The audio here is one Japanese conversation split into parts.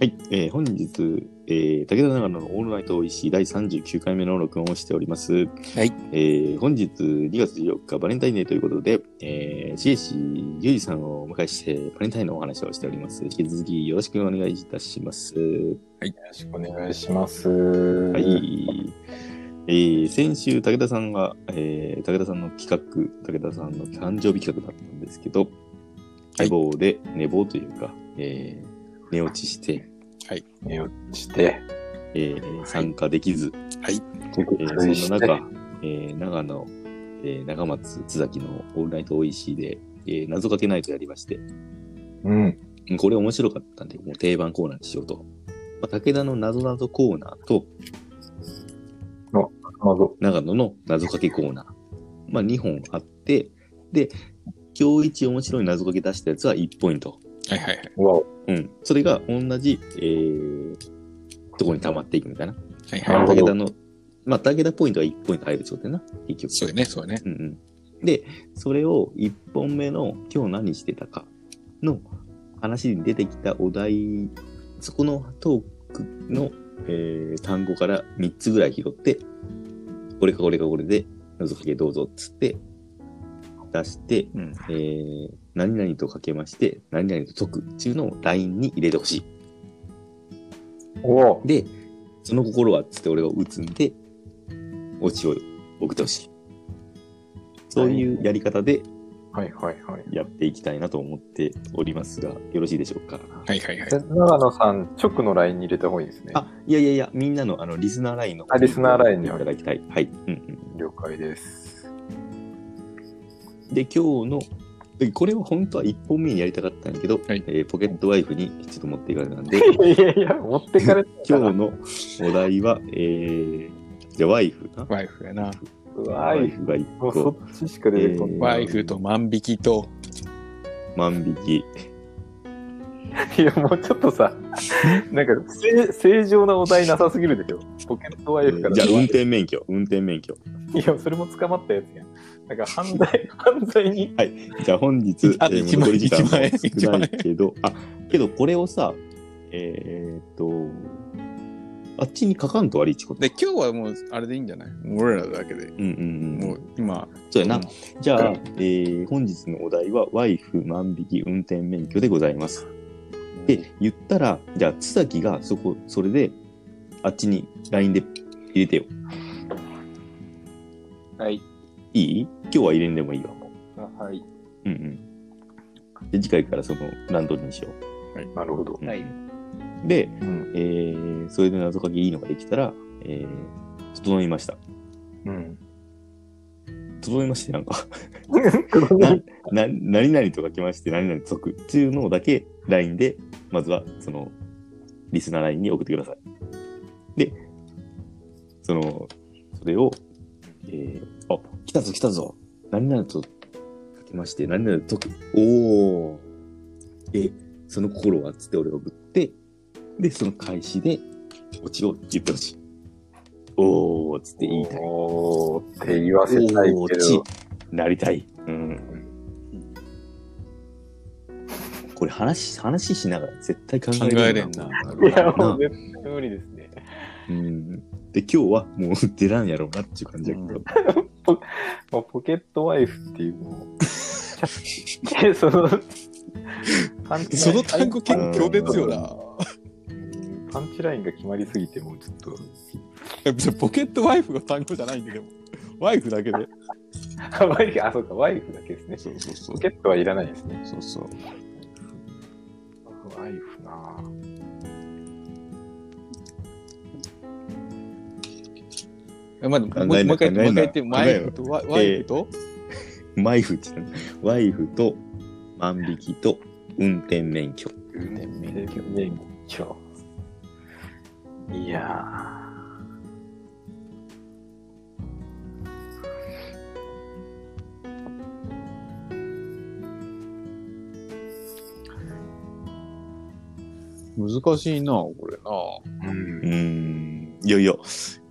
はい、えー本日、えー武田長野のオールナイト石井第39回目の録音をしております。はい。えー本日2月14日バレンタインデーということで、えー、c シゆいさんをお迎えしてバレンタインのお話をしております。引き続きよろしくお願いいたします。よろしくお願いします。は。はいえー先週、武田さんが、えー武田さんの企画、武田さんの誕生日企画だったんですけど、は寝い坊で、寝坊というか、えー寝落ちして、寝落ちて、えー参加できず、えーそんな中、えー長野、えー長松、津崎のオールナイト OEC で、えー謎かけナイトやりまして、うん。うんこれ面白かったんで、もう定番コーナーにしようと。まあ、武田の謎謎コーナーと、まず、長野の謎かけコーナー。まあ、2本あって、で、今日一面白い謎かけ出したやつは1ポイント。はいはいはい。わお。うん。それが同じ、えー、とこに溜まっていくみたいな。はいなるはい。ほど武田の、まあ、武田ポイントが1ポイント入るってことだよな、結局。そうやね、そうやね。うんうん。で、それを1本目の今日何してたかの話に出てきたお題、そこのトークの、えー単語から3つぐらい拾って、これかこれかこれで、謎かけどうぞっつって、出して、うん。えー何々とかけまして、何々と解くっていうのを LINE に入れてほしい。おお。で、その心はっつって俺が打つんで、オチを送ってほしい。そういうやり方で、はいはいはい。やっていきたいなと思っておりますが、よろしいでしょうか。はいはいはいで。長野さん、直の LINE に入れた方がいいですね。あ、いやいやいや、みんなのあのリスナーラインのあリスナーラインにいただきたい。はい。うん了解です。うん、で、今日の、でこれを本当は1本目にやりたかったんやけど、はいえーポケットワイフにちょっと持っていかれたんで、いやいや、持ってかれてた今日のお題は、えー、じゃあワイフな。ワイフやな。うワわイい。フが1もうそ個、っちしか出てこなワイフと万引きと、万引き。い。いや、もうちょっとさ、なんか、正正常なお題なさすぎるでしょ。ポケットワイフから。じゃあ運転免許、運転免許。いや、それも捕まったやつやん。なんか、犯 罪、犯罪に。じゃあ本日、あえー一も枚う残り時間も一枚少ないけど、あ、けどこれをさ、えー、っと、あっちに書かんと悪いちこと。で、今日はもう、あれでいいんじゃない俺らだけで。うんうんうもん。う、今。そうやな。じゃあ、うんえー本日のお題は、ワイフ万引き運転免許でございます。で、言ったら、じゃあ、津崎がそこ、それで、あっちに LINE で入れてよ。はい。いい今日は入れんでもいいわ、もあはい。う。うんうん。で、次回からその段取りにしよなるほどう。。うん。 で、うん。えーそれで謎かけいいのができたら、えー、整いました。うん。整いまして、なんかな、何々とかけまして、何々と解くっていうのだけ、LINE で、まずは、その、リスナー LINE に送ってください。で、その、それを、えー、あ、来たぞ来たぞ。何々とかけまして、何々と解く。おー。で、その心は、つって俺が送って、で、その開始で、オチを言ってほしい。おー、つって言いたい。おーって言わせたいけど。なりたい。うん。これ話、話しながら絶対考考ええるれよんな。。いや、もう絶対無理ですね。うん。で、今日はもう出らんやろうなっていう感じだけど。もうポケットワイフっていう、も う。いやその、パンチそライのン単語結構強烈よな。パンチラインが決まりすぎて、もうちょっと。え別にポケットワイフが単語じゃないんだけど。ワイフだけで。あワイフ、あ、そうか、ワイフだけですね。そうそうそポケットはいらないですね。そうそう。ワイフなぁ。えまあ、もう考えなもう一回、考もうえな一回言って、考ワえイろフと、ワワイフと、ワイフって言ったのワイフと万引きと運転免許。ね免許。免許。いや難しいな、これな。ぁ。うんうーん。いやいや、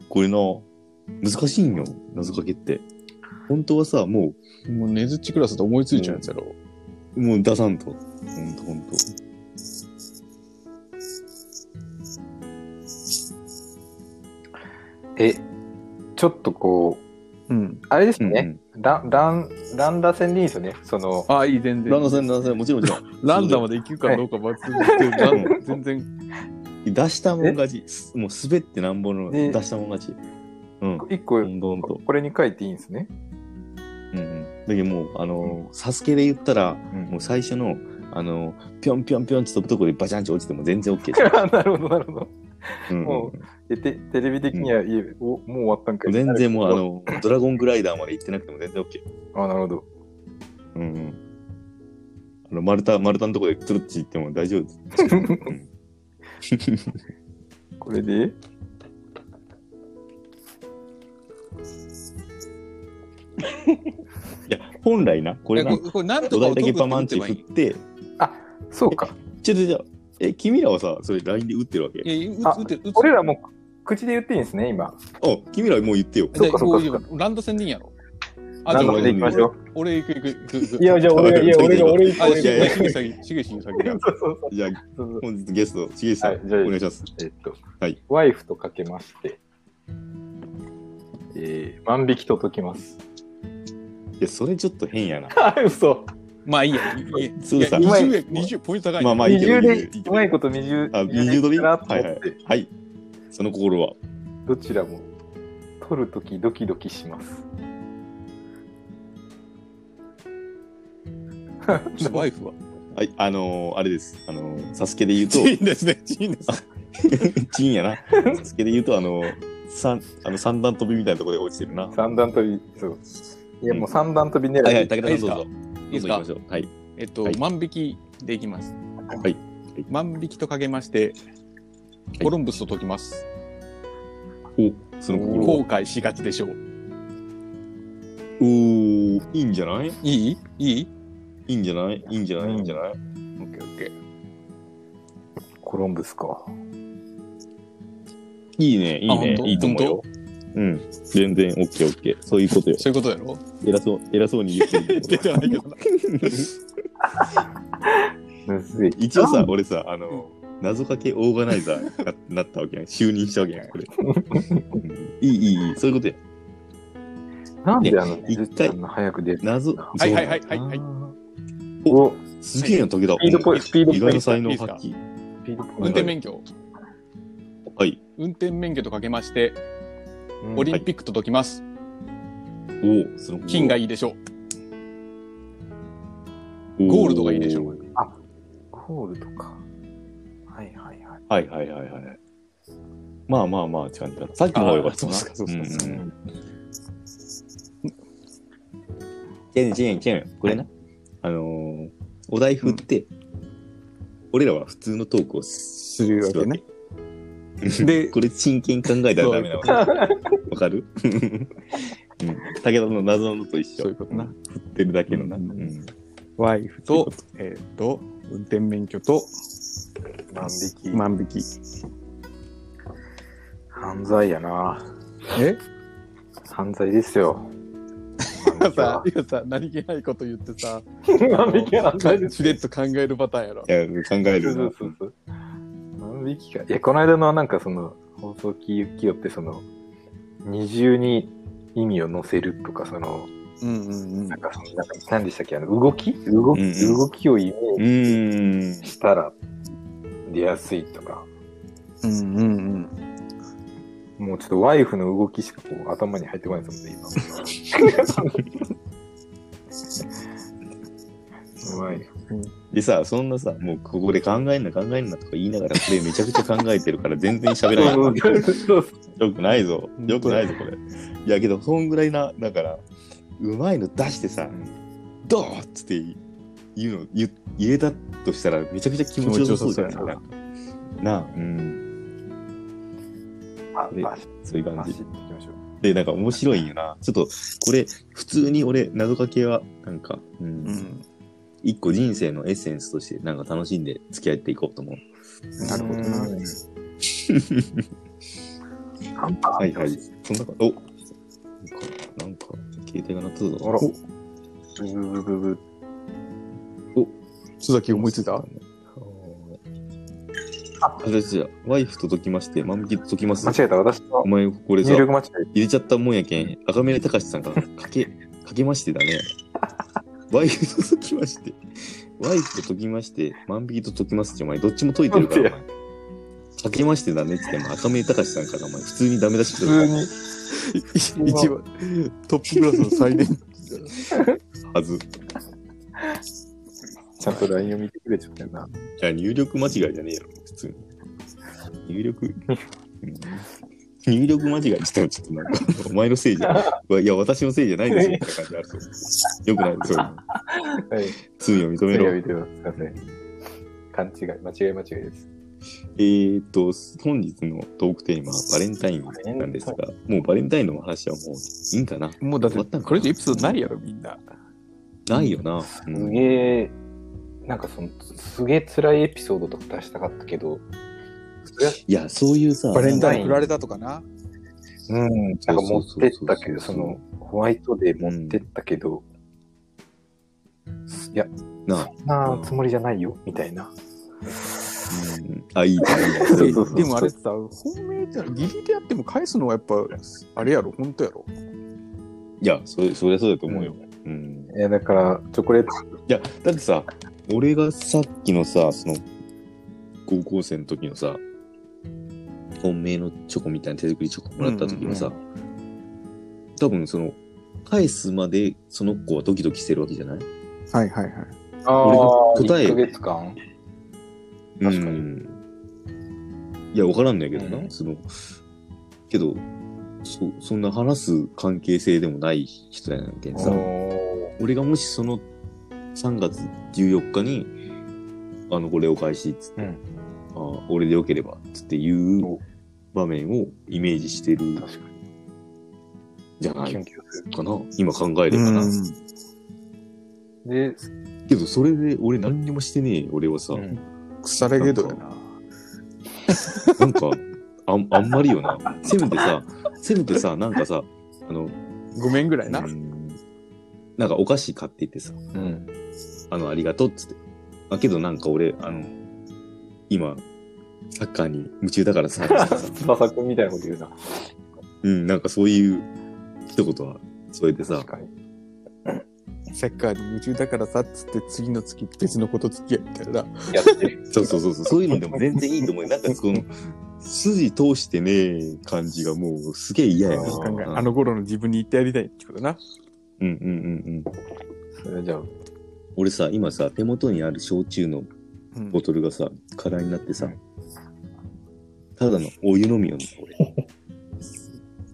これな、難しいんよ。謎かけって。本当はさ、ももう根づっちクラスで思いついちゃうやつやろ。う、もう出さんと。ほんとほんと。え、ちょっとこう、うん。あれですうよんね。ラン、ラン、ランダ戦でいいですよね。その、ああ、いい、全然。ランダさん、ランダさん、もちろんもちろん。ランダまで行くかどうか抜群で、はいラン全然。出したもん勝ち。すもう滑ってなんぼのね出したもん勝ち。うん。一個、どんどんと。これに書いていいんですね。う んうん。だけどもう、あのー、サスケで言ったら、もう最初の、あのー、ぴょんぴょんぴょんって飛ぶとこでバチャンチ落ちても全然 OK じゃん。なるほど、なるほど。うんうんうんえテテレビ的には、いえお、もう終わったんかい。全然もう、あのー、ドラゴングライダーまで行ってなくても全然 OK。あ、なるほど。うんうん。あの、丸太、丸太のとこでつるっち行っても大丈夫です。これで、いや、本来な、これ えな、これ、これなん土とか台をだ解けくってパマ打ンてチばい振っい。て、そうか。ちょっとじゃあえ、君らはさ、それ LINE で打ってるわけいや、打あつ、打て、打つ。俺らもう、口で言っていいんですね、今。あ、君らはもう言ってよ。じゃあそうかそうかそうかこうランド戦でいいんやろ。あ、ラじンゃあダ俺戦でいきましょう。俺行く行く行く行く。いや、じゃあ俺が、 いや、俺が、俺が、あ、俺いやいがや。しげしげしげしげしげ。そうそうそうじゃあ、そうそう。本日ゲスト、しげさん、はいおじゃあ願いします。えっと、はいワイフとかけまして、えー、万引きと解き ます。いや、それちょっと変やな。あ、嘘。まあいいや、いいや。いすずやさんうまい20円、20ポイント高い。まあまあい二いけど重いいでけどいいけ、うどまいこと二重。あ、二重取りなはといは思ってい。はい。その心は。どちらも、取るときドキドキします。ちょっとワイフは。はい、あのー、あれです。あのー、サスケで言うとチ、ーンですね、チーンです。チンやな。サスケで言うと、あのー、三、あの、三段飛びみたいなところで落ちてるな。は三段飛び、そう。いや、もう三段飛び狙いはい、い。武田さんどうぞ。いいどでうぞ行きますかしょう。はい。えっと、はい万引きでいきます。はい。万引きとかけまして、コロンブスと解きます。お、その心は。後悔しがちでしょう。おー、いいんじゃないいいいいいいんじゃないいいんじゃないいいんじゃないオッケーオッケー。コロンブスか。いいね、いいあほんね、といいと思うよ。うん、全然 OK、OK。そういうことよ。そういうことやろ偉そう、偉そうに言ってる け出てどは。ないけどな。むずい。一応さ、俺さ、あの、謎かけオーガナイザーが なったわけやん。就任したわけやん、これ。うんいい、いい、いい。そういうことや。なんであの、一回一回早く出る謎、はそうないはいのはいはいはい。お、スすげえな、武田。ピードポイント、スピード意ポイ外ンなト。才能発揮。スピードポ運イント転免許。はい。運転免許とかけまして、うんオリンピックと解きます。おお、その心金がいいでしょおーゴールドがいいでしょゴールとか。はいはいははいい。はいはいはい。まあまあまあ、って感じだった。さっきの方が良かったな。あーそうっすかそうっすかんんチェンチェンチェン。これな。あのー、お題振って、俺らは普通のトークをすするわすけね。るわけ。でこれ真剣に考えたらダメなわけ。わか るうん。武田の謎のと一 そうい緒。うことな。振ってるだけのな。ううんん。ワイフと、えっ、と、運転免許と万引き。万引き。犯罪やな。え犯罪ですよ。さ、今さ、何気ないこと言ってさ、万引きは犯罪ですしれっと考えるパターンやろい。や、考えそるうな。そうそう万引きか。いや、この間のなんかその、放送機きよってその、二重に意味を乗せるとか、その、うんうんうんなん。かその、なんか何でしたっけ、あの、動き動き、うんうん動きをイメうーーんジ。したら出やすいとか、うんうんうん。もうちょっとワイフの動きしかこう頭に入ってこないですもんね、今。 ワイフ。でさ、そんなさ、もうここで考えんな考えんなとか言いながら、これめちゃくちゃ考えてるから全然喋らない。よくないぞ。よくないぞ、これ。いやけど、そんぐらいな、だから、うまいの出してさ、どうっつって言うの、言言えたとしたらめちゃくちゃ気持ちよさそうじゃない気持ちなよんかなあ、うん。あ、であそういう感走じってい。きましょう。で、なんか面白いんよな。ちょっと、これ、普通に俺、謎かけは、なんか、う、うんん。一個人生のエッセンスとして、なんか楽しんで付き合っていこうと思う。なるほどな。 はいはい。そんなか、おなんか、なんか、携帯が鳴ったぞ。あら、ブブブブブ。須崎思いついたあーあ、あ、違う違う。ワイフと解きまして、万引きと解きます。間違えた、私のお前、これさ、入入力間違れちゃったもんやけん。赤嶺隆史さんから、かけ、かけましてだね。ワイフと解きまして。ワイフと解きまして、万引きと解きますって、お前、どっちも解いてるから、お前。なかけましてだねって言っても、赤嶺隆史さんから、お前、普通にダメ出しえしてた。るから普通に。一番、トップクラスの最年。はず。ちゃんと LINE を見てくれちゃったよな。じゃあ入力間違いじゃねえよ、普通に。入力、うん入力間違いって言ったらちょっとなんか、お前のせいじゃない。いや、私のせいじゃないですよ、みたいな感じあると思う。よくない、そういうはい。罪を認め次ろは。見てます。すいません。勘違い、間違い間違いです。えーっと、本日のトークテーマはバレンタインなんですが、もうバレンタインの話はもういいんかな。 もうだって、これ以上エピソードないやろ、みんな。ないよな。うすん、げえ、なんかその、すげえ辛いエピソードとか出したかったけど、いや、そういうさ、バレンタインなん振かられたとかな。うん、なんか持ってったけど、そそうそうそそううの、ホワイトで持ってったけど、いや、なあ、そんなつもりじゃないよ、みたいな。うんあ、いいと思う。いいと思うでもあれってさ、本命ってのは義理であっても返すのはやっぱ、あれやろ、本当やろ。いや、それ、それはそうだと思うよ。うんえ、だから、チョコレート、いや、だってさ、俺がさっきのさ、その、高校生の時のさ、本命のチョコみたいな手作りチョコもらった時のさ、うん多分その、返すまでその子はドキドキしてるわけじゃないはいはいはい。あー俺が答え1ヶ月間確かにうんいや、わからんのやけどな、うんその、けど、そ、そんな話す関係性でもない人やなんけんさ、お俺がもしその3月14日に、あの、これお返しっつって、うんあ俺でよければっつって言うお場面をイメージしてるー確かじゃなに。キュいンキュンする。かな、今考えればな。で、けど、それで俺何にもしてねえよ、俺はさ、うん腐れゲドやな。なんか、あんあんまりよ な。せめてさ、せめてさ、なんかさ、あの、ごめんぐらいなう。んなんかお菓子買っていってさ、うん。あの、ありがとうっつって。あけどなんか俺、あの、今、サッカーに夢中だからさ、つ ってさ翼くんみたいなこと言うな。うん、なんかそういう一言は添えてさ確、かに。サッカーに夢中だからさっつって次の月別のこと付き合いみたいな。やっ てる。そうそうそうそう、そういうのでも全然いいと思うよ。なんかその、筋通してねえ感じがもうすげえ嫌やな。あなんかうあんの頃の自分に言ってやりたいってことな。うんうんうん。それじゃあ、俺さ、今さ、手元にある焼酎のうんボトルがさ、空になってさうん、ただのお湯飲みよね、俺。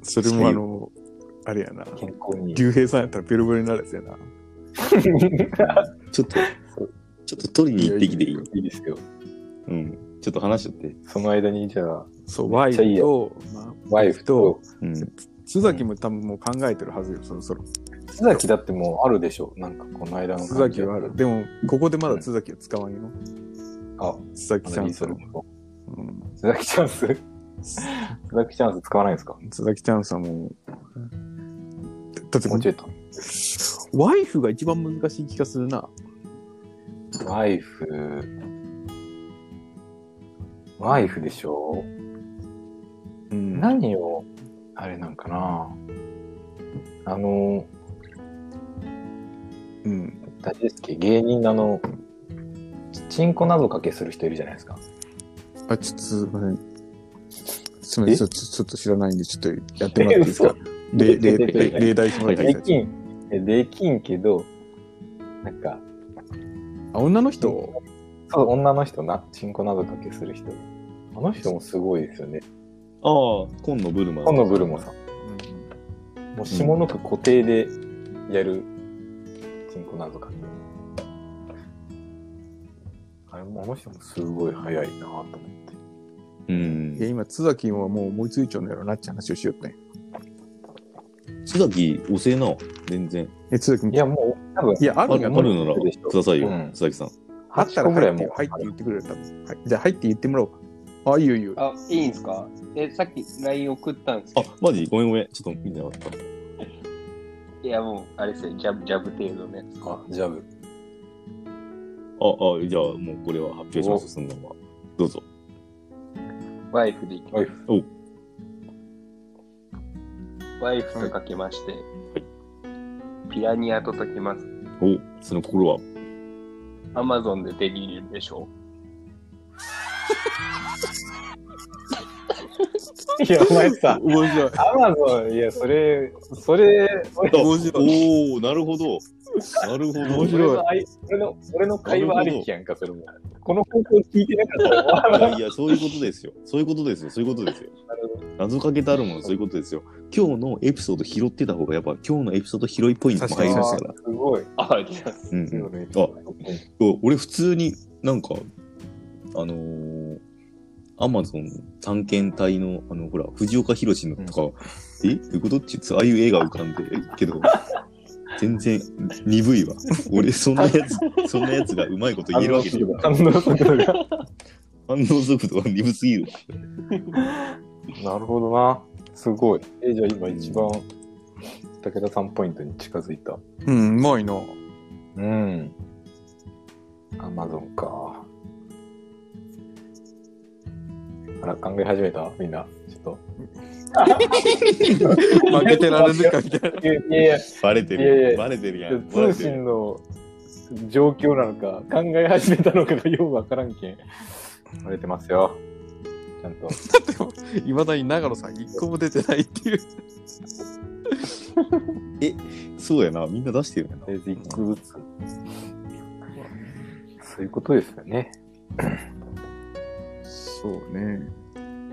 それもあの、あれやな。健康に。竜兵さんやったらベロベロになるやつやな。ちょっと、ちょっと取りに行ってきていいいいですよ。うん。ちょっと話しとって。その間に、じゃあ、そう、ワめイっちゃいいフとよ、まあワイフと、うん。須崎も多分もう考えてるはずよ、そろそろ。須崎だってもうあるでしょ。なんか、この間の。須崎はある。。でも、ここでまだ須崎は使わんよ。あ、須崎チャンスそをれ。うん須崎チャ ンス須崎チャンス使わないんですか須崎チャンスはもう。だってもうちょいと。ワイフが一番難しい気がするな。ワイフ。ワイフでしょうん何を、あれなんかなあの、うん。大事ですっけ芸人のあの、ちちんこ謎かけする人いるじゃないですか。あ、ちょっとすいません。すみません。ちょちょちょっと知らないんで、ちょっとやってもらっていいです か。例例例例題してもらっていいでですきか。ん。えできんけど、なんか、あ、女の人そう、女の人な、ちんこ謎かけする人。あの人もすごいですよね。ああ、今野ブルマ。今野ブルモさん。もう下の句固定でやる、ちんこ謎かけ。あれも、あの人もすごい早いなと思って。うんいや、。今、津崎はもう思いついちゃうんだろうなって話をしよって。須崎、おせえな。全然。え、津崎い、や、もう、多分、いや、ああるるやあん。るならでしょくださいよ、うん須崎さん。あったらぐら入いって、もう入って言ってくれる、多分。はい。じゃあ、入って言ってもらおうか。あ、いいよいいよ。あ、いいんですかえ、さっき LINE 送ったんですあけど、、マジごめんごめん。ちょっと見てなかった。いやもう、あれですよ、ジャブ、ジャブ程度ね。あ、ジャブ。あ、あ、じゃあもうこれは発表します、そのまま。どうぞ。ワイフでいきまワす。イフおワイフとかけまして、ピラニアと解きます。お、その心は。アマゾンで手に入れるでしょいや、お前さ、面白い。アマゾン、いや、それ、それ、俺お面白い。おーなるほど。なるほど。面白いの愛俺の、俺の会話ありきやんか、それも。この放送聞いてなかったら終わらな いいやいや、そういうことですよ。そういうことですよ。そういうことですよなる。謎かけたあるもの、そういうことですよ。今日のエピソード拾ってた方が、やっぱ今日のエピソード拾いっぽいのも入りますから。すごい。あ、あります。うん、そううねあん。俺、普通になんか、あのー、アマゾン探検隊の、あの、ほら、藤岡弘のとか、えどういうことって言って、ああいう映画浮かんでるけど、全然鈍いわ。俺、そんなやつ、そんなやつがうまいこと言えるわけじゃ ない。反応速度が。反応速度が鈍すぎるわ。なるほどな。すごい。え、じゃあ今一番、武田さんポイントに近づいた。うん、うまいな。うん。アマゾンか。あら、考え始めたみんな。ちょっと。負けてられるかみたいな。いやいや、バレていやいる。やバレてるやん。バレて通る信の状況なのか、考え始めたのかがよくわからんけん。割れてますよ。ちゃんと。いまだに長野さん一個も出てないっていう。そうやな。みんな出してるやな。とりあえず一個ずつ。そういうことですよね。そうね。うん。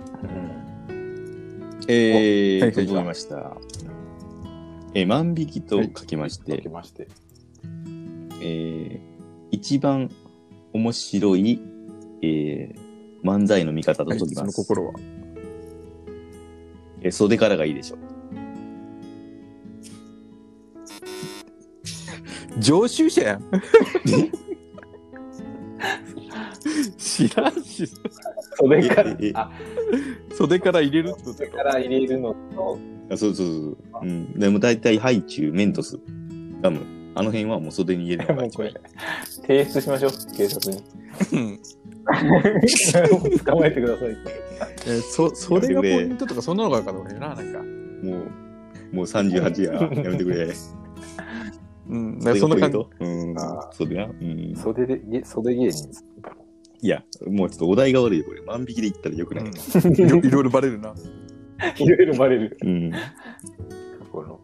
えおはいー、整いました。えー万引きと書きまして、書きまして。えー一番面白い、えー漫才の見方とはい解きそまのす。心は。えー袖からがいいでしょう。常習者やん。 知らんし、それからえええ、あ、袖から入れるってこそれから入れるのと、あそうそうそうそう。うん、でも大体ハイチュウ、メントス、ガム。あの辺はもう袖に入れるのが もう一こ番いれい。、提出しましょう、警察 に。と。うん捕まえてください。えーそ、それがポイントとか、そんなのがあるかと思うよな、なんか。もう、もう38や。やめてくれ。うん、なんかそんな感じ。じ。うんあ。袖な。うん。袖で、げ袖芸人。いや、もうちょっとお題が悪いよ、これ。万引きで言ったらよくない。うんい ろいろいろバレるな。いろいろバレる。うん。この。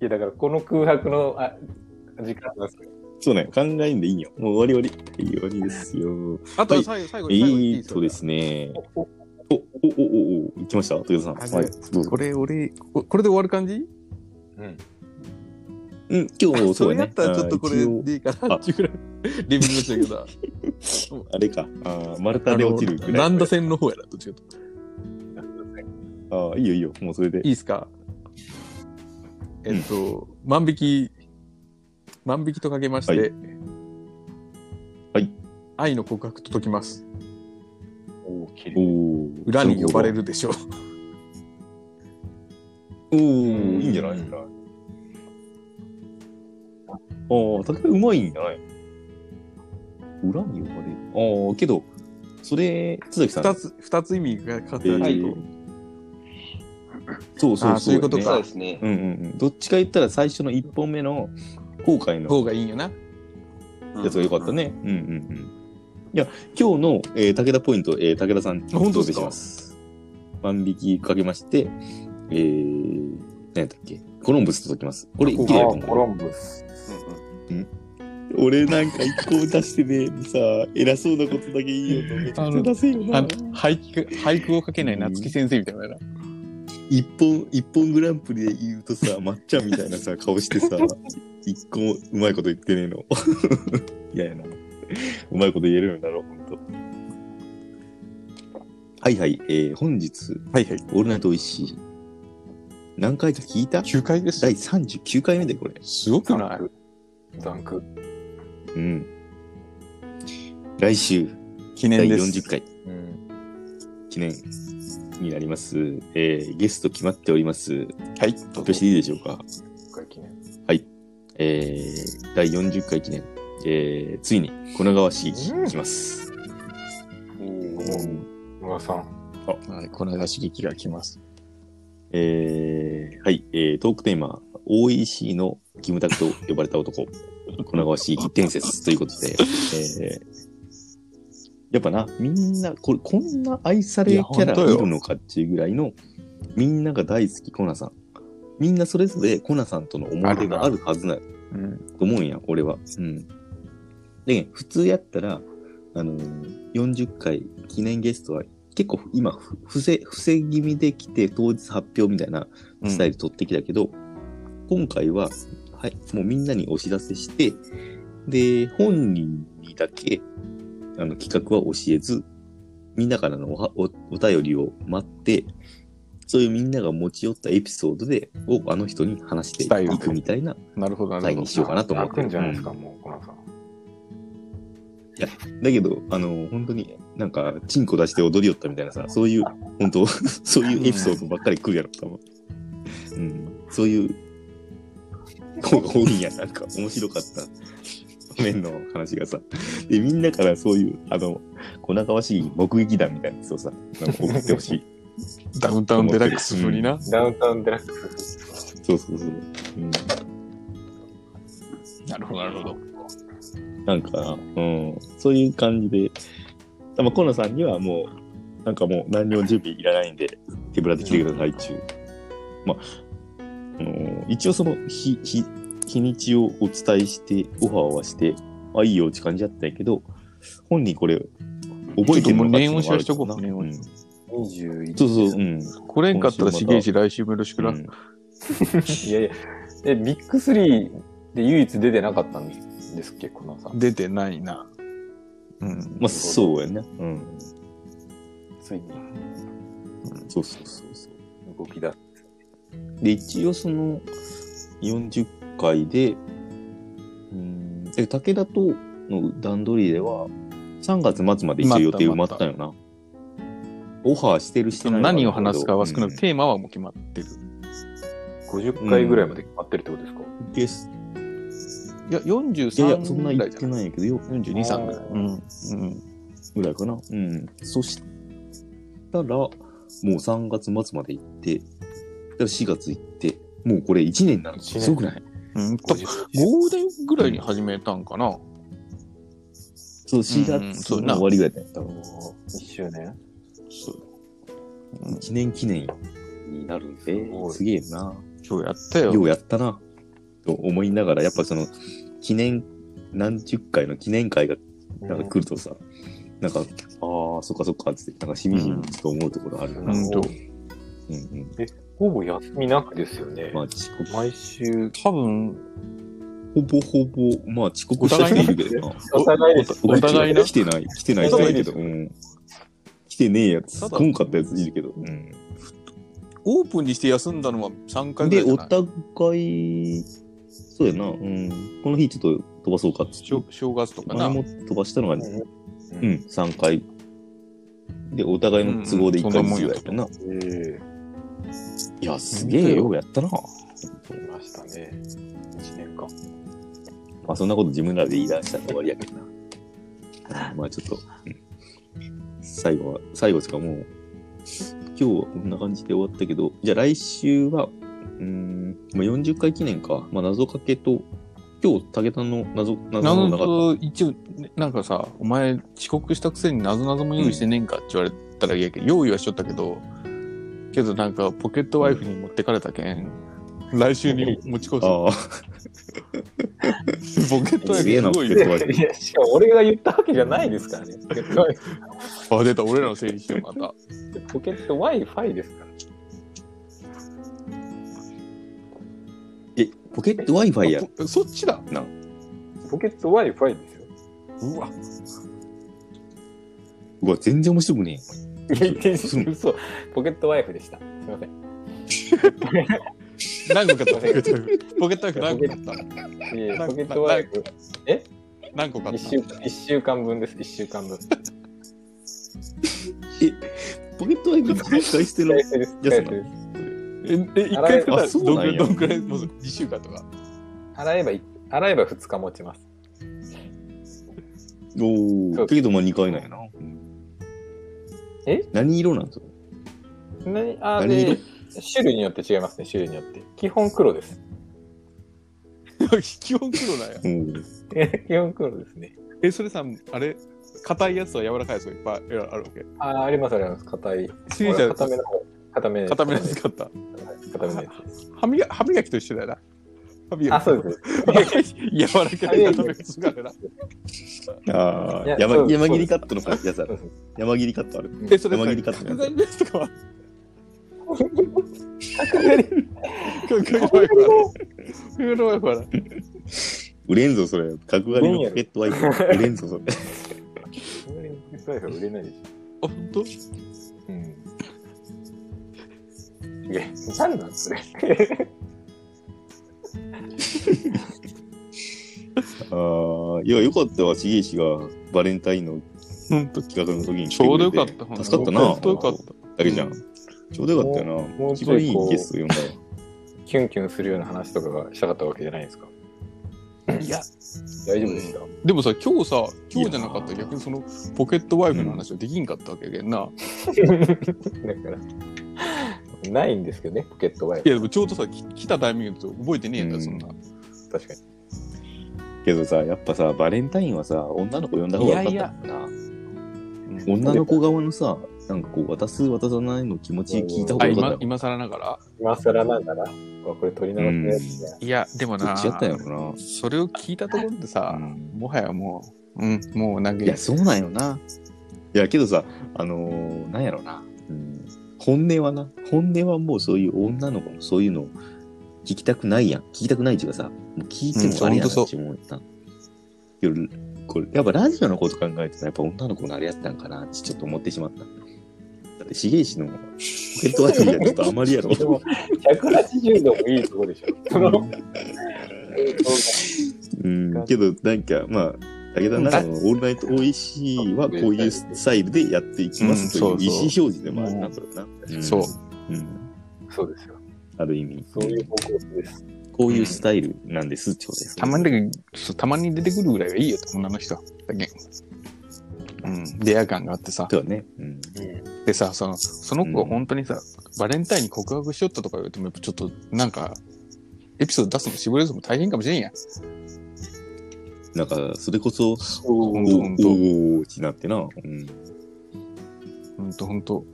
いや、だからこの空白の、あ、時間がすごいそうね、考えんでいいよ。もう終わり終わり。終わりですよ。あとははい最後、最後に、最後にえ言ーっっていといでかすね。お、お、お、お、お、来ました武田さん。はいはい、どうぞこ。れ、俺、ここれで終わる感じうん。うん、今日、そそうれやねっ。たらちょっとこあれー一でいいかなっていうぐらい、レベルになっちゃうけど。応あれか。あー丸太で落ちるぐらい。ランド線の方やな、どっちかというあとあ、いいよいいよ。もうそれでいい。ですかえっと、万引き、万引きとかけまして、はいはい愛の告白と解きます。おー、きれおい。ー裏に呼ばれ。るでしょう。おーいいんじゃないいいんじゃないああ、たくうまいんじゃない裏に呼ばれる。ああ、けど、それ、津崎さん。二つ、二つ意味がかかってたらちょっと、そうそうあーそういうことねかそうですね。うんうんうん、どっちか言ったら最初の1本目の後悔の方がいいんよな。やつが良かったね。うんうんうん。いや、今日の、えー武田ポイント、えー武田さん、あ本当お届けですかします。万引きかけまして、えー、何やったっけコロンブスと解きます。これ、あいこきこなりあやとー、コ思う。ロンブス。俺なんか1個も出してね、さ、偉そうなことだけ言いようとめちゃくちゃ出せよな。俳句、俳句をかけない夏木先生みたいなな。一本、一本グランプリで言うと さ、抹茶みたいなさ、顔してさ、一個もうまいこと言ってねえの。 嫌やな。うまいこと言えるようになろう、ほんと。はいはい、えー、本日、はいはい。オールナイトおいしい。何回か聞いた9回です第。39回目でこれ。すごくない残酷。うん。来週、記念第です。 40回うん。記念になります。えー、ゲスト決まっております。はい。発表していいでしょうか今回記念。えー、第40回記念、えー、ついに、粉川市に来ます。うんうん野田さん。はい、この間刺激が来ます。えーはい、えートークテーマ、OEC のキムタクと呼ばれた男、 粉川刺激伝説ということで、えーやっぱな、みんな、これ、こんな愛されキャラいや本当いよるのかっていうぐらいの、みんなが大好きコナさん。みんなそれぞれコナさんとの思い出があるはずなうん。と思うんや、俺は。うん。で、普通やったら、あのー40回記念ゲストは、結構今、ふ伏せ、伏せ気味で来て、当日発表みたいなスタイル取ってきたけど、今回は、はい、もうみんなにお知らせして、で、本人にだけ、あの、企画は教えず、みんなからのおはおお便りを待って、そういうみんなが持ち寄ったエピソードで、をあの人に話して伝えるいくみたいななるほど、な回るほにど。しようかなと思って楽るんじゃないですか、もう、コナさん。だけど、あの、本当になんか、チンコ出して踊りよったみたいなさ、そういう、本当 そういうエピソードばっかり来るやろ、多分。うん、そういう、方が多いんや、なんか、面白かった。面の話がさ。で、みんなからそういう、あの、粉川市議目撃談みたいなやつをさ、なんか送ってほしい。ダウンタウンデラックス風にな。ダウンタウンデラックス。そうそうそう。うんなるほど、なるほど。なんか、うん、そういう感じで、まあ、河野さんにはもう、なんかもう何にも準備いらないんで、手ぶらで来てください中。まあ、あのー一応その日、日、日にちをお伝えして、オファーはして、あ、いいよって感じだったんやけど、本人これ、覚えてるのかっていうのもあるちょっともう念う押んしはし21そうそう、うん。来れんかったら、しげえし、来週もよろしくな。うんいやいや、え、ビッグスリーで唯一出てなかったんですっけ、コナさん。出てないな。うん。まあ、そうやね。うん。ついにそうそうそうそう。動き出す。で、一応その40回で、うーん、え武田との段取りでは、3月末まで一応予定埋まったよな。オファーしてるしてそなのいはあるけ何どを話すかは少なく、テーマはもう決まってる。 50回ぐらいまで決まってるってことですか、うんゲスいや、いやいや、 43そんなぐ言らっいじてゃないないけど、よ ?42、3ぐらい。うん。うん。ぐらいかな。うん。そしたら、もう3月末まで行って、だから4月行って、もうこれ1年になる。一年すごくないうんと、 50ゴールデンぐらいに始めたんかな。そう、うんうん4月そうやのな終わりぐらいだよ。多分もう1周年うん記念記念になるんで、ごいすげえな。今日やったよよ。うやったな、と思いながら、やっぱその、記念、何十回の記念会がなんか来るとさ、なんか、ああ、そっかそっかって、なんかしみじみちょっと思うところあるよな。ううんんと。うんうん。ほぼ休みなくですよね。まあ、遅刻、毎週。多分、ほぼほぼ、まあ、遅刻した人いるけど な。お互いです。お互いな来てない、来てない人いるけど、うん。来てねえやつ、ただ来んかったやついるけど。うん。オープンにして休んだのは3回ぐで、らいじゃおない。互い、そうやな、うん。この日ちょっと飛ばそうかっつってしょ正月とか前な。も飛ばしたのが、ね、ううんん、3回。で、お互いの都合で1うんそ回んなずもんつややったな。えいや、すげえよ、やったな。えいましたね。1年間。まあ、そんなこと自分らで言い出したら終わりやけどな。まあ、ちょっと、うん最後は、最後しかもう、今日はこんな感じで終わったけど、じゃあ来週は、うーん、まあ、40回記念か。まあ、謎かけと、今日、武田の謎、謎の謎なかっ々一応、ねなんかさ、お前遅刻したくせに謎々も用意してねえんかって言われたらいいやけど、用意はしとったけど、けどなんかポケットワイフに持ってかれたけん、来週に持ちた。越す。ああ、ポケットワイすげえなフすごいポケッよ。トワイフいや、しかも俺が言ったわけじゃないですからね。ポケットワイフあ、出た、俺らのせいにしてよまた。ポケット Wi-Fi ですから。え、ポケット Wi-Fi や。あそっちだ。ポケット Wi-Fi ですよ。うわ、うわ、全然面白くねえ。いや、言ってん嘘。ポケット Wi-Fi でした。すみません。何個買ったポケットワイフ。ポケットワイフ何個買ったいえいえなんポケットワイフ何個買っ一た週一週間分です、一週間分。ポケットワイフに使い捨ての 使い捨てです。や使つい捨てですえ、え、一回使ったあらそうどんなんくらやい、どんくらい、もう2週間とか。 洗えばい、洗えば2日持ちます。おそうお。けどまあ2回なんやな。え何色なんですか何あ何色で、種類によって違いますね、種類によって。基本黒です。 基本黒だよ。うん。基本黒ですね。え、それさ、あれ硬いやつと柔らかいやつがいっぱいあるわけ。ああ、ありますあります。硬い。シリちゃん、硬めの方。硬め硬めのやつ買った。硬めのやつです。歯磨歯磨きと一緒だよな。歯磨き。あ、そうです。す。柔らかい硬めのやつがあるな。あいあ、や山そうです山切りカットのやつあそうる。そう山切りカットある。え、それ山切りカットさ、のやつ角刈りのやつとかは角角刈りのワイフはある。角刈りのワイフはある。売れんぞ、それ。角刈りのポ ケットワイプ。売れんぞ、それ。刈りの財布は売れないでしょ。あ、本当？うん。いや、何なんそれ。ああ、いや、よかったわ、重石がバレンタインの本当。企画の時に来ちてょうくどれよてかった。本当助かったちょうどな、よかった。だけじゃん。ちょうどよかったよな。もう一ちょ番いいこいゲスト呼う、んだわ。キュンキュンするような話とかがしたかったわけじゃないですか。いや、大丈夫でした。でもさ、今日さ、今日じゃなかったら逆にそのポケットワイフの話はできんかったわけやけんな。だから、ないんですけどね、ポケットワイいフ。や、でもちょうどさ、き来たタイミングと覚えてねえんだよ、そんな。確かに。けどさ、やっぱさ、バレンタインはさ、女の子呼んだ方がよかったもんな。うん女の子側のさ、なんかこう、渡す、渡さないの気持ち聞いた方あがよか今ったよ。今更ながら今更ながら、これ取り直しのやつじゃん。いや、でもどなっちやったんやろそれを聞いたところでな。さう、んもはやもう、うん、もうなんかいや、そうなんよな。いや、けどさ、あのー、なんやろな。うん本音はな、本音はもうそういう女の子のそういうのを聞きたくないやん。聞きたくないっていうかさ、もう聞いてもあれやうんなほんとそうって思った。けどこれ、やっぱラジオのこと考えてたら、やっぱ女の子のあれやったんかなってちょっと思ってしまった。だって、重石のポケットワイフじゃちょっとあまりやろ。でも、180度もいいとこでしょ。その、うん、けど、なんか、まあ、武田奈良のオールナイトおいしいはこういうスタイルでやっていきますといううん意そう思そう表示でもあるな、これな。んそう。うん。そうですよ。ある意味。そういう方向性です。こういうスタイルなんです、ってことです。たまにだけどそうたまに出てくるぐらいがいいよ、女の人は。だけうん、レア感があってさ。そうだね。うん。でさ、その、その子が本当にさ、バレンタインに告白しよったとか言うとも、やっぱちょっと、なんか、エピソード出すの絞れるのも大変かもしれんやん。なんか、それこそ、ほおんとほんと。おーってなってな。うん。ほんとほんと。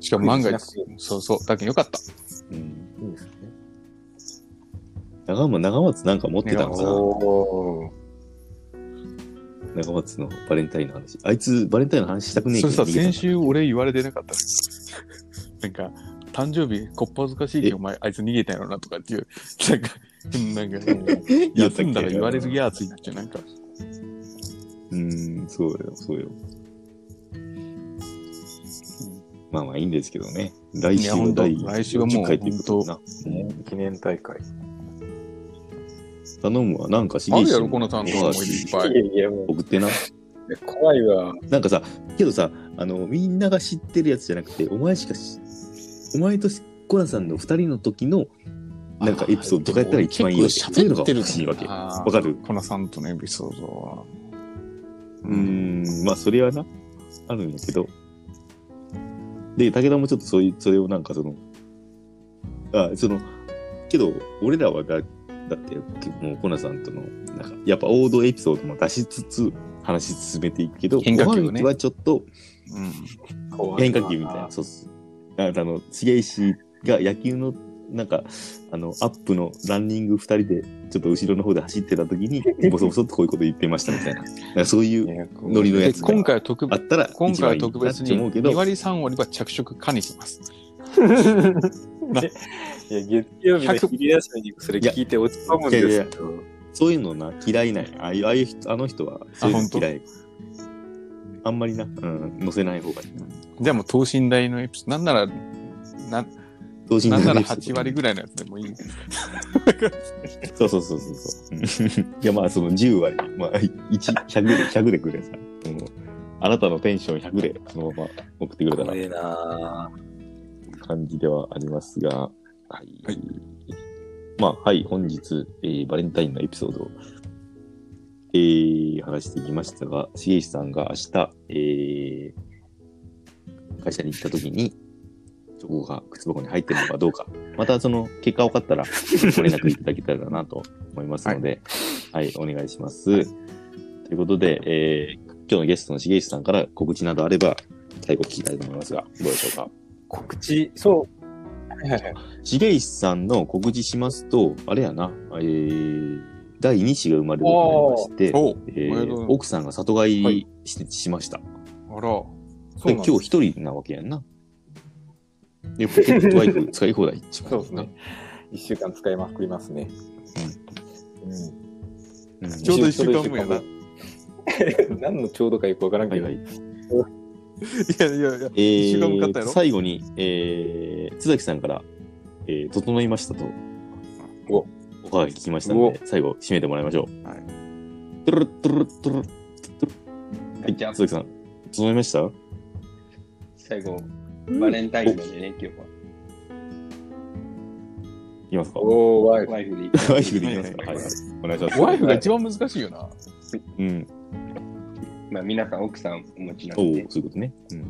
しかも万が一、そうそう、だけどよかった。うん。いいんですね。長松、長松なんか持ってたのさ。おー。長松のバレンタインの話。あいつ、バレンタインの話したくねえそけれど。さ、逃げたんだ先週俺言われてなかった。なんか、誕生日、こっぱずかしいけえど、お前、あいつ逃げたやろなとかっていう、なんか、なんか、 やったっ休けんだら言われるやつになっちゃう、なんか。うん、そうよ、そうよ。まあまあいいんですけどね。来週いやほはんと第来週はもう40回ということだな。うん記念大会。頼むわ、なんかしあげるしやろ、このさんの思い出いっぱい。いや、も送ってな。う、怖いわ。なんかさ、けどさ、あの、みんなが知ってるやつじゃなくて、お前しかし、お前とコナさんの二人の時の、なんかエピソードとかやったら一番いいわけ。あそーういうでのもが俺欲結し構いわ喋ってけ。るわわかるこのさんとのエピソードは。うーん、まあ、それはな、あるんやけど。で、武田もちょっとそういう、それをなんかその、あ、その、けど、俺らはだ、だって、もう、コナさんとの、なんか、やっぱ王道エピソードも出しつつ、話し進めていくけど、変化球をねご飯行きはちょっとうん。怖い変わ化球みたいな、。そうっす。ああの、重石が野球の、なんか、あの、アップのランニング二人で、ちょっと後ろの方で走ってた時に、ボソボソっとこういうこと言ってましたみたいな。なんかそういういやノリのやで、つが今回は特あ別、ったら今回は特別一番いいなにって思うけ2ど、割3割は着色加にします。いや、月曜日の昼休みにそれ聞いて落ち込むんですけど。そういうのな、嫌いない。ああいうああいう人あの人は、そういうあほんのと嫌い。あんまりな、うん、載せない方がいいな。じゃあもう等身大のエピソード。なんなら、な同時なんならそう8割ぐらいのやつでもいい。そうそうそうそう。うんいや、まあ、その10割、まあ、1、100で、100でくれさ。うんあなたのテンション100で、そのまま送ってくれた怖らいな感じではありますが、はい。まあ、はい、本日、えーバレンタインのエピソードを、えー話してきましたが、重石さんが明日、えー会社に行った時に、チョコが靴箱に入ってるのかどうか、またその結果分か ったら、ご連絡いただけたらなと思いますので、はい、お願いします。ということで、えー今日のゲストの重石さんから告知などあれば、最後聞きたいと思いますが、どうでしょうか。告知、そう。はいはいはい。重石さんの告知しますと、あれやな、えー、第2子が生まれることになりまして、おう、えおめでーとうご奥さんが里帰りして、しました。あら。で、今日一人なわけやんな。で、ポケットワイプ使い放題。そうですね。一週間使いまくりますね。うんうんちょうど一週間分やな。何のちょうどかよくわからんはけいど、はいいやいやいや、えー一週間向かったやろ最後に、えー、津崎さんから、えー、整いましたと、おおはがききましたので、最後、締めてもらいましょう。はいトゥルルトゥルルトゥルルトゥルルはい、じゃあ津崎さん、整いました最後、バレンタインなんでね、今日は。いきますかおー、ワイフ。ワイフで。ワイフでいきますかははいい、はいはい。お願いします。 ワイフが一番難しいよな。うん。まあ、皆さん、奥さんお持ちなおおんそうい。でうことね。うん。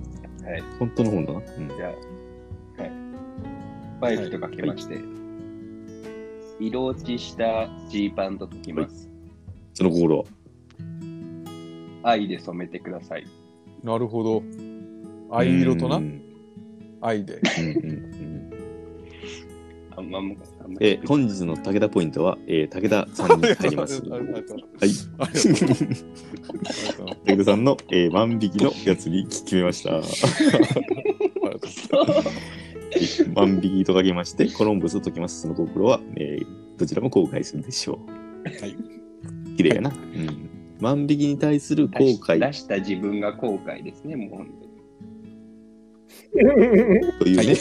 はい。本当の本だな。うん。じゃあ、はい。ワイフとかけまして、色落ちしたジーパンと解きます。その心は。愛で染めてください。なるほど。藍色とうなんう、ん藍 で。うんうん。あんまも、あんまえー本日の武田ポイントは、えー武田さんに入り ます。ありがとうはい。ありがとう武ありがとう田さんの、えー万引きのやつに決めました。 ありがとう万引きとかけまして、コロンブスを解きます。その心は、えーどちらも後悔するでしょはい。う。綺麗やな。うん。万引きに対する後出し悔出した自分が後悔ですね、もう本当に。というね、ありがと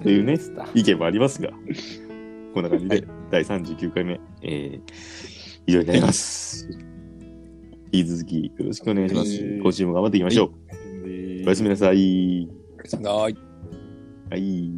うというね、意見もありますが、こんな感じで、第39回目、えー、以上になります。引き続きよろしくお願いします。はい今週も頑張っていきましょう。おやすみなさい。はい。はい。